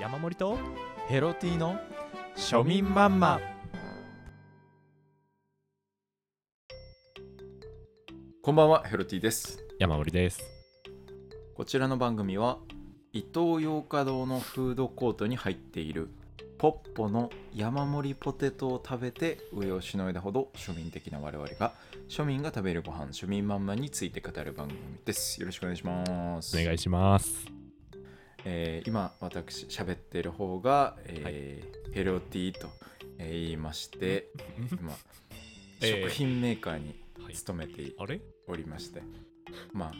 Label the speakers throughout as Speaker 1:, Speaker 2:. Speaker 1: 山盛りと
Speaker 2: ヘロティの庶民マンマこんばんはヘロティです
Speaker 1: 山盛りです
Speaker 2: こちらの番組は伊東洋華堂のフードコートに入っているポッポの山盛りポテトを食べて上をしのいだほど庶民的な我々が庶民が食べるご飯庶民マンマについて語る番組ですよろしくお願いします
Speaker 1: お願いします
Speaker 2: えー今私喋ってる方が、えーヘロティと、えー言いまして今、
Speaker 1: えー
Speaker 2: 食品メーカーに
Speaker 1: はい
Speaker 2: 勤めて
Speaker 1: あれ
Speaker 2: おりまして、まあ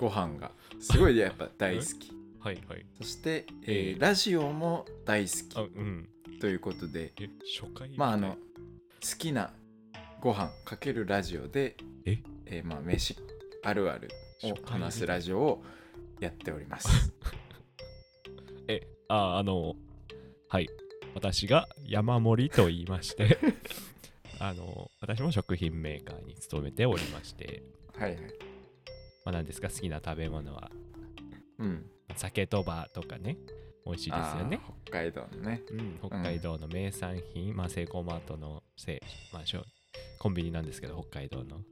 Speaker 2: ご飯がすごいやっぱ大好き
Speaker 1: はいはい
Speaker 2: そして、えー
Speaker 1: えー
Speaker 2: ラジオも大好
Speaker 1: あうん
Speaker 2: きということで
Speaker 1: え初回
Speaker 2: まああの好きなご飯かけるラジオで
Speaker 1: え
Speaker 2: えーまあ飯あるあるを
Speaker 1: 初回
Speaker 2: 話すラジオをやっております。
Speaker 1: えああのはい私が山盛りと言いまして あの私も食品メーカーに勤めておりまして、
Speaker 2: はいはい。
Speaker 1: まあ、何ですか好きな食べ物は
Speaker 2: うん。
Speaker 1: 酒とばとかね美味しいですよね
Speaker 2: あー北海道のね。
Speaker 1: うん、北海道の名産品、まあ、セイコーマートのせい、まあ、しょコンビニなんですけど、北海道の。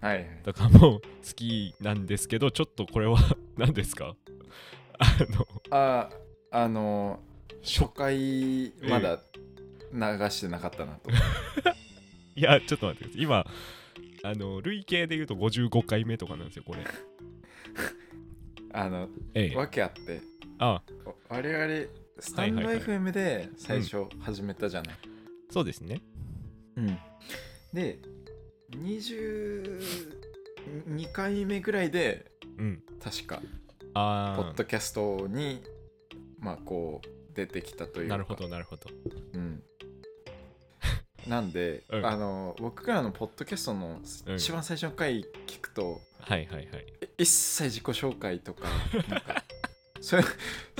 Speaker 2: はいはい。
Speaker 1: とかも好きなんですけど、ちょっとこれは 何ですかあの、
Speaker 2: あーあのー
Speaker 1: しょ
Speaker 2: 初回まだ流してなかった なと。
Speaker 1: いや、ちょっと待ってください。今、あの、累計で言うと55回目とかなんですよ、これ。
Speaker 2: あの、
Speaker 1: ええ。
Speaker 2: わけあって、
Speaker 1: あ
Speaker 2: お我々、スタンド
Speaker 1: はいはいはい
Speaker 2: FM で最初始めたじゃない。
Speaker 1: そうですね。
Speaker 2: うん。で、22回目ぐらいで、
Speaker 1: うん。
Speaker 2: 確か、ポッ
Speaker 1: あ
Speaker 2: ドキャストに、まあ、こう、出てきたとい
Speaker 1: あ、
Speaker 2: うか。
Speaker 1: なるほど、なるほど。
Speaker 2: うん。なんで、
Speaker 1: うん
Speaker 2: あの僕らのポッドキャストの一番最初の回聞くと、
Speaker 1: はいはいはい。
Speaker 2: え一切自己紹介とかなんかそういう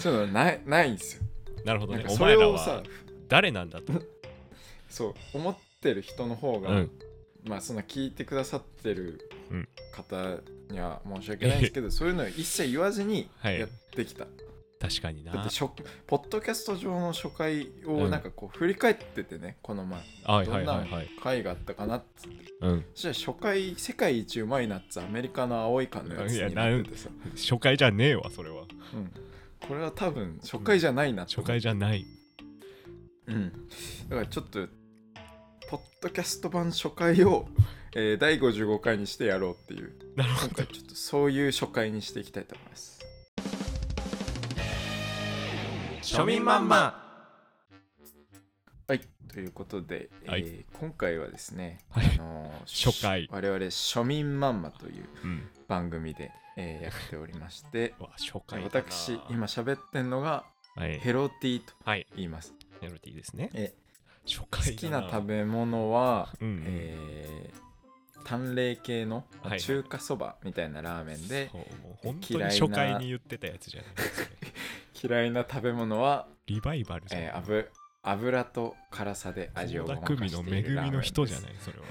Speaker 2: そういうのないないんですよ。
Speaker 1: なるほど
Speaker 2: なん
Speaker 1: ね
Speaker 2: か。
Speaker 1: お
Speaker 2: そ
Speaker 1: 前
Speaker 2: れ
Speaker 1: ら
Speaker 2: をさ
Speaker 1: は誰なんだと。
Speaker 2: そう思ってる人の方が、
Speaker 1: うん。
Speaker 2: まあその聞いてくださってる
Speaker 1: うん
Speaker 2: 方には申し訳ないん ですけど、そういうのを一切言わずに
Speaker 1: はい
Speaker 2: やってきた。
Speaker 1: 確かに
Speaker 2: だって
Speaker 1: な。
Speaker 2: 初ポッドキャスト上の初回をなんかこう振り返っててね、この前
Speaker 1: はい
Speaker 2: ど
Speaker 1: は
Speaker 2: ん
Speaker 1: いは
Speaker 2: ない
Speaker 1: はい。
Speaker 2: 回があったかなっつって。
Speaker 1: うん。
Speaker 2: じゃあ初回世界一うまいナッツアメリカの青い缶のやつになっててさ、
Speaker 1: 初回じゃねえわ、それは。
Speaker 2: うん、これは多分初回じゃないなって
Speaker 1: 初
Speaker 2: 思う
Speaker 1: 回じゃない。
Speaker 2: うん、だからちょっとポッドキャスト版初回を、えー第55回にしてやろうっていう
Speaker 1: なるほ
Speaker 2: 今
Speaker 1: ど
Speaker 2: 回。ちょっとそういう初回にしていきたいと思います
Speaker 1: 庶民マンマ
Speaker 2: はいということで、えー
Speaker 1: はい
Speaker 2: 今回はですね、
Speaker 1: はい
Speaker 2: あのー
Speaker 1: 初回
Speaker 2: 我々庶民マンマという
Speaker 1: うん。
Speaker 2: 番組で、えーやっておりまして
Speaker 1: わ、初回だな。
Speaker 2: 私今喋ってんのが
Speaker 1: はい。
Speaker 2: ヘロティと
Speaker 1: はい。
Speaker 2: 言います
Speaker 1: メロディーですね。
Speaker 2: え
Speaker 1: 初
Speaker 2: 好
Speaker 1: 回
Speaker 2: きな食
Speaker 1: べ。
Speaker 2: べ物は、
Speaker 1: うんうん
Speaker 2: えー、淡麗系の
Speaker 1: はいはい
Speaker 2: 中華そばみたいなラーメンで、
Speaker 1: そうもう本当
Speaker 2: 嫌い
Speaker 1: に
Speaker 2: な
Speaker 1: 初回に言ってたやつじゃないですか。
Speaker 2: 嫌いな食べ物は、
Speaker 1: リバイバルじゃん。
Speaker 2: えー、油油と辛さで味をごまか
Speaker 1: 組
Speaker 2: し
Speaker 1: の
Speaker 2: てい
Speaker 1: 恵
Speaker 2: るラーメ
Speaker 1: み
Speaker 2: ン
Speaker 1: の
Speaker 2: です
Speaker 1: 人じゃない、それは。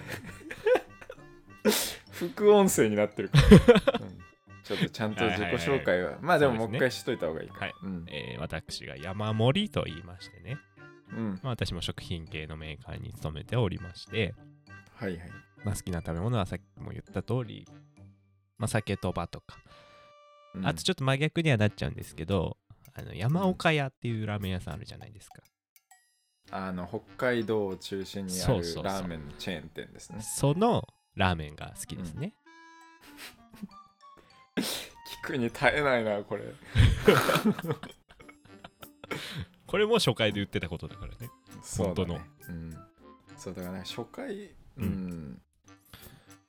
Speaker 2: 副音声になってる から、うんちょっとちゃんと自己紹介は,、まあでも
Speaker 1: そ
Speaker 2: も
Speaker 1: う
Speaker 2: う
Speaker 1: ですね
Speaker 2: 一回しといた方がいいか
Speaker 1: はい
Speaker 2: うん
Speaker 1: えー私が山盛りと言いましてね、
Speaker 2: うん
Speaker 1: まあ、私も食品系のメーカーに勤めておりまして、
Speaker 2: はいはい
Speaker 1: まあ、好きな食べ物はさっきも言った通り、まあ、酒とばとか、
Speaker 2: うん
Speaker 1: あとちょっと真逆にはなっちゃうんですけど、あの山岡屋っていうラーメン屋さんあるじゃないですか。
Speaker 2: あの北海道を中心にある
Speaker 1: そうそうそう
Speaker 2: ラーメンのチェーン店ですね
Speaker 1: そのラーメンが好きですね。
Speaker 2: 聞くに耐えないなこ れ
Speaker 1: これも初回で言ってたことだからね。
Speaker 2: そうだ
Speaker 1: 本当の
Speaker 2: ね、うん、そうだから、ね、初回
Speaker 1: う
Speaker 2: うん、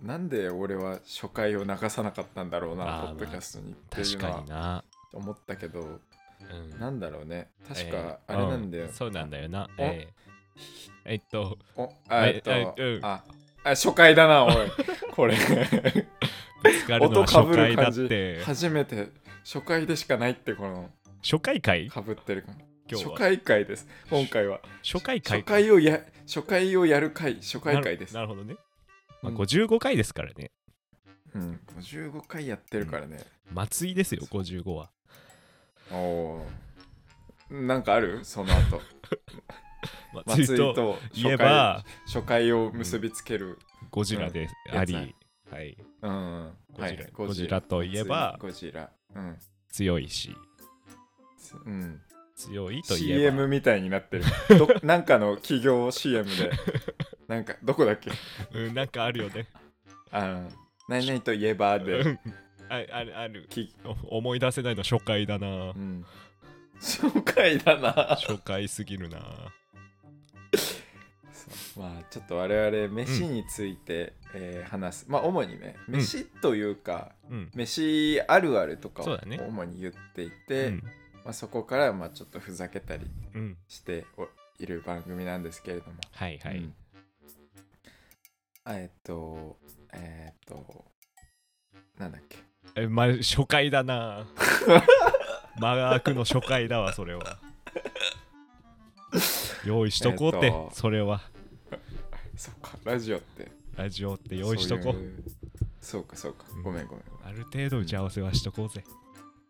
Speaker 2: なんで俺は初回を流さなかったんだろうな
Speaker 1: あー
Speaker 2: ポッドキャストにってい
Speaker 1: 確
Speaker 2: うの
Speaker 1: か
Speaker 2: は
Speaker 1: にな。
Speaker 2: 思ったけど
Speaker 1: うん、
Speaker 2: なんだろうね確
Speaker 1: え
Speaker 2: か
Speaker 1: え
Speaker 2: あれなんだよ、
Speaker 1: うそうなんだよな。
Speaker 2: お
Speaker 1: えええっと、
Speaker 2: おあえっと、
Speaker 1: ええうん
Speaker 2: ああ初回だ なおいこれ
Speaker 1: ぶつかるのは
Speaker 2: 音か
Speaker 1: 初
Speaker 2: ぶる
Speaker 1: 回だ
Speaker 2: 感
Speaker 1: っ
Speaker 2: じ
Speaker 1: て。
Speaker 2: 初めて初回でしかないってこの
Speaker 1: 初回回
Speaker 2: かぶってる感
Speaker 1: 今日
Speaker 2: 初
Speaker 1: は。
Speaker 2: 回回です今回は
Speaker 1: 初回回
Speaker 2: 初回をや初回をやる回初回回です
Speaker 1: なるなるほどね。まあ、
Speaker 2: うん
Speaker 1: 55回ですからね。
Speaker 2: うん55回やってるからね、
Speaker 1: 松井ですよ、55は。
Speaker 2: おおなんかあるその 後
Speaker 1: まあ、
Speaker 2: 松
Speaker 1: 松
Speaker 2: 井
Speaker 1: 井と
Speaker 2: と初
Speaker 1: 言え
Speaker 2: 回
Speaker 1: ば
Speaker 2: 初回を結びつける、
Speaker 1: ゴジラであり、
Speaker 2: やつね
Speaker 1: はい、
Speaker 2: うんうん
Speaker 1: ゴジラ
Speaker 2: はい
Speaker 1: ゴジラといえば
Speaker 2: ゴジラうん、
Speaker 1: 強いし
Speaker 2: すうん、
Speaker 1: 強いといえば
Speaker 2: CM みたいにな ってるどなんかの企業 CM でなんかどこだっけ
Speaker 1: うん、なんかあるよね
Speaker 2: あの何々といえば
Speaker 1: う
Speaker 2: で
Speaker 1: んああるある
Speaker 2: き、
Speaker 1: お思い出せないの初回だな
Speaker 2: うん、紹介だな
Speaker 1: 初回すぎるな
Speaker 2: まあちょっと我々飯について、えー話すまあ主にね
Speaker 1: ん
Speaker 2: 飯というか、
Speaker 1: うん、
Speaker 2: 飯あるあるとか
Speaker 1: そ
Speaker 2: を
Speaker 1: うだね
Speaker 2: 主に言っていうてそ,、
Speaker 1: ん
Speaker 2: まあ、そこからまあちょっとふざけたり
Speaker 1: うん、
Speaker 2: しておいる番組なんですけれども
Speaker 1: はいはい、
Speaker 2: うんあえっとえっとなんだっけ
Speaker 1: えま初回だな間が空くの初回だわ それは用意しとこうって、
Speaker 2: えっと
Speaker 1: それは
Speaker 2: そっかラジオって
Speaker 1: ラジオって用意しとこう
Speaker 2: そういうそうかそうか
Speaker 1: うん
Speaker 2: ごめんごめんごめん
Speaker 1: ある程度打ち合わせはしとこうぜ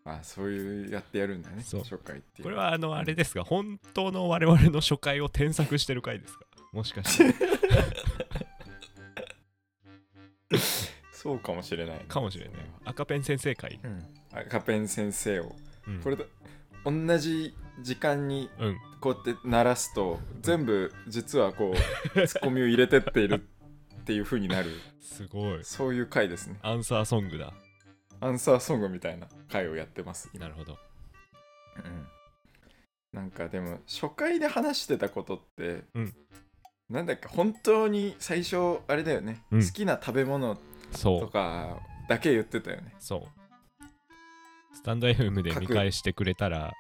Speaker 2: あそういうやってやるんだね
Speaker 1: そう
Speaker 2: 初回っていう
Speaker 1: これはあのあれですが本当の我々の初回を添削してる回ですかもしかして
Speaker 2: そうかもしれないね
Speaker 1: かもしれない赤ペン先生回
Speaker 2: うん赤ペン先生を
Speaker 1: うん
Speaker 2: これだ同じ時間に
Speaker 1: うん
Speaker 2: こうやって鳴らすと全部実はこうツッコミを入れてっているっていう風に なる
Speaker 1: すごい
Speaker 2: そういう回ですね
Speaker 1: アンサーソングだ
Speaker 2: アンサーソングみたいな回をやってます今
Speaker 1: なるほど
Speaker 2: うんなんかでも初回で話してたことって、
Speaker 1: うん
Speaker 2: なんだっけ本当に最初あれだよね、
Speaker 1: うん
Speaker 2: 好きな食べ物
Speaker 1: そ
Speaker 2: と
Speaker 1: う
Speaker 2: かだけ言ってたよね、
Speaker 1: そうスタンド FM で見返してくれたら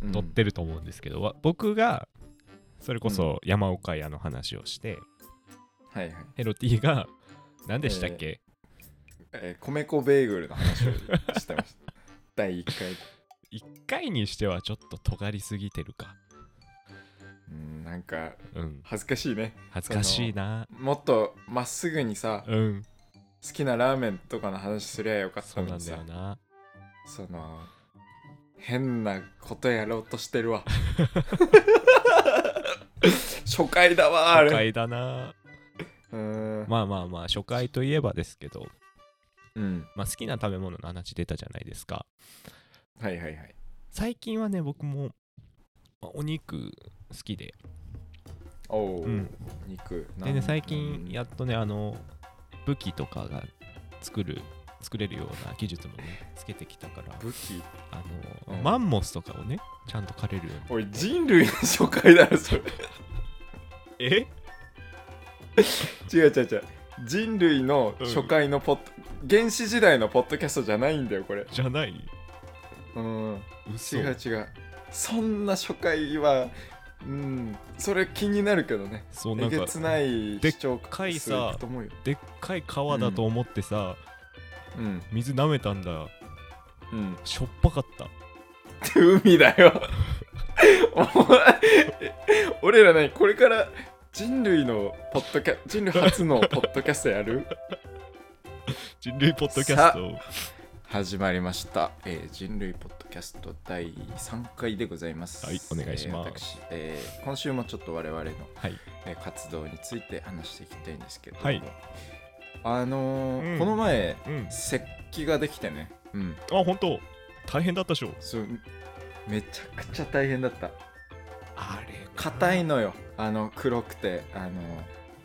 Speaker 2: うん
Speaker 1: 載ってると思うんですけど、わ僕がそれこそ山岡屋の話をして、
Speaker 2: はいはい、
Speaker 1: ヘロティが何でしたっけ、
Speaker 2: えー米粉ベーグルの話をしてました 第1回
Speaker 1: 一 ?1 回にしてはちょっと尖りすぎてるか。
Speaker 2: うんなんか
Speaker 1: うん。
Speaker 2: 恥ずかしいね
Speaker 1: 恥ずかしいな。
Speaker 2: もっとまっすぐにさ、
Speaker 1: うん。
Speaker 2: 好きなラーメンとかの話すりゃよかっ
Speaker 1: そ
Speaker 2: た
Speaker 1: う
Speaker 2: の
Speaker 1: なん
Speaker 2: に
Speaker 1: だ
Speaker 2: さ
Speaker 1: よな。
Speaker 2: その変なことやろうとしてる わ 初回だわあ
Speaker 1: 初
Speaker 2: れ
Speaker 1: 回だな。
Speaker 2: うーん、
Speaker 1: まあまあまあ、初回といえばですけど、
Speaker 2: うん
Speaker 1: まあ、好きな食べ物の話出たじゃないですか。
Speaker 2: はいはいはい
Speaker 1: 最近はね、僕も、まあお肉好きで。
Speaker 2: おお、
Speaker 1: うん
Speaker 2: 肉
Speaker 1: でね、最近や
Speaker 2: っ
Speaker 1: っとね、あの、武器とかが作る、作れるような技術も ね、つけてきたから。
Speaker 2: 武器
Speaker 1: あの、
Speaker 2: うん
Speaker 1: マンモスとかをね、ちゃんと狩れるように。
Speaker 2: おい人類の初回だろそれ
Speaker 1: え
Speaker 2: 違う違う違う人類の初回のポッド、原始時代のポッドキャストじゃないんだよこれ
Speaker 1: じゃない
Speaker 2: うん違
Speaker 1: 嘘
Speaker 2: う違うそんな初回はうんそれ気になるけどね
Speaker 1: そうな
Speaker 2: え
Speaker 1: ん
Speaker 2: げ
Speaker 1: か
Speaker 2: つない
Speaker 1: でっ
Speaker 2: 視聴
Speaker 1: かいさ
Speaker 2: 数いくと思うよ
Speaker 1: でっかい川だと思ってさ、
Speaker 2: うん
Speaker 1: 水舐めたんだ
Speaker 2: うん
Speaker 1: しょっぱかった
Speaker 2: 海だよお前俺らねこれから人類のポッドキャ人類初のポッドキャストやる
Speaker 1: 人類ポッドキャスト
Speaker 2: 始まりました、えー人類ポッドキャスト第3回でございます
Speaker 1: はいお願いします
Speaker 2: えー私、えー今週もちょっと我々の、
Speaker 1: はい
Speaker 2: えー活動について話していきたいんですけども
Speaker 1: はい
Speaker 2: あのー
Speaker 1: うん
Speaker 2: この前
Speaker 1: うんあ
Speaker 2: 石器ができてねうん
Speaker 1: 本当大変だったでしょ
Speaker 2: そうめちゃくちゃ大変だった
Speaker 1: あれ
Speaker 2: 硬いのよあの黒くてあの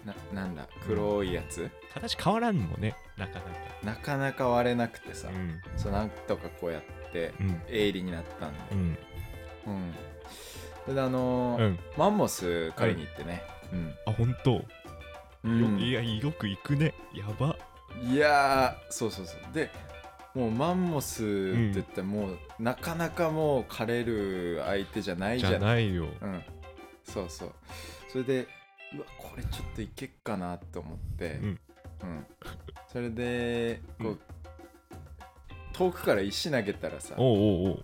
Speaker 2: ななんだ黒いやつ、
Speaker 1: 形変わらんもんねなかなか
Speaker 2: なかなか割れなくてさ、
Speaker 1: うん
Speaker 2: そうなんとかこうやって
Speaker 1: うん
Speaker 2: 鋭利になったんで
Speaker 1: うん
Speaker 2: うんそれであのー
Speaker 1: うん
Speaker 2: マンモス借りに行ってね
Speaker 1: あ本当よ、
Speaker 2: うん、うん
Speaker 1: いやよく行くねやば
Speaker 2: いやーそうそうそうでもうマンモスって言ってもう、なかなかもう枯れる相手じゃないじ
Speaker 1: じ
Speaker 2: ゃ
Speaker 1: ゃ
Speaker 2: ない
Speaker 1: ないよ
Speaker 2: うん、そうそうそれでうわこれちょっといけっかなと思って、
Speaker 1: うん
Speaker 2: うんそれでこう、
Speaker 1: うん
Speaker 2: 遠くから石投げたらさ、うん、
Speaker 1: おうおうおう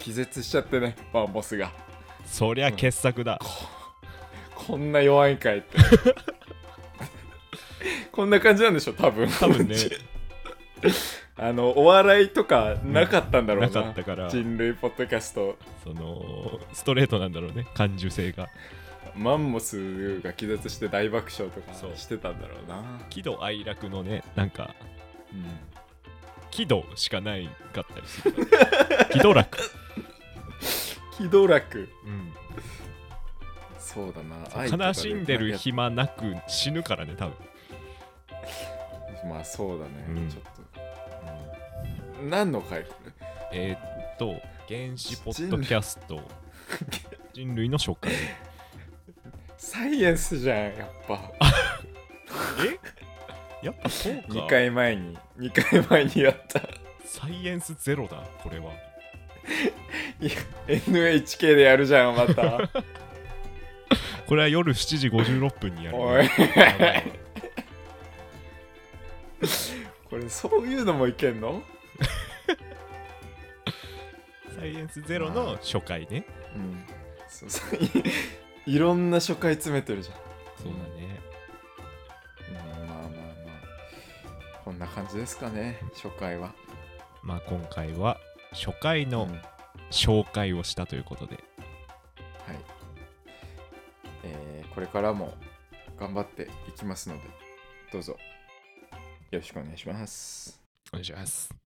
Speaker 2: 気絶しちゃってねマンモスが
Speaker 1: そりゃ傑作だ、
Speaker 2: こんな弱いんかいって こんな感じなんでしょ多分
Speaker 1: 多分ね
Speaker 2: うち あのお笑いとかなかったんだろうな,、
Speaker 1: なかったから
Speaker 2: 人類ポッドキャスト
Speaker 1: そのストレートなんだろうね感受性が
Speaker 2: マンモスが気絶して大爆笑とか
Speaker 1: そう
Speaker 2: してたんだろうな
Speaker 1: 喜怒哀楽のねなんか
Speaker 2: う
Speaker 1: 喜怒しかないかったりす るから喜怒楽、
Speaker 2: ん、喜怒楽
Speaker 1: うん
Speaker 2: そうだな愛とか
Speaker 1: 悲しんでる暇なく死ぬからね多分
Speaker 2: まあそうだね、
Speaker 1: うん
Speaker 2: ちょっと、うん、何の回これ
Speaker 1: えーっと原始ポッドキャス ト人類の初回
Speaker 2: サイエンスじゃんやっぱ
Speaker 1: やっぱそうか
Speaker 2: 2回前に2回前にやった
Speaker 1: サイエンスゼロだこれはい
Speaker 2: や NHK でやるじゃんまた
Speaker 1: これは夜7時56分にやるね、
Speaker 2: おい
Speaker 1: やばい
Speaker 2: これそういうのもいけんの
Speaker 1: サイエンスゼロの初回ね
Speaker 2: うんそうそういいろんな初回詰めてるじゃん
Speaker 1: そうだね
Speaker 2: うんまあまあまあこんな感じですかね初回は
Speaker 1: まあ今回は初回の
Speaker 2: うんはい
Speaker 1: 紹介をしたということで、
Speaker 2: えーこれからも頑張っていきますのでどうぞよろしくお願いします
Speaker 1: お願いします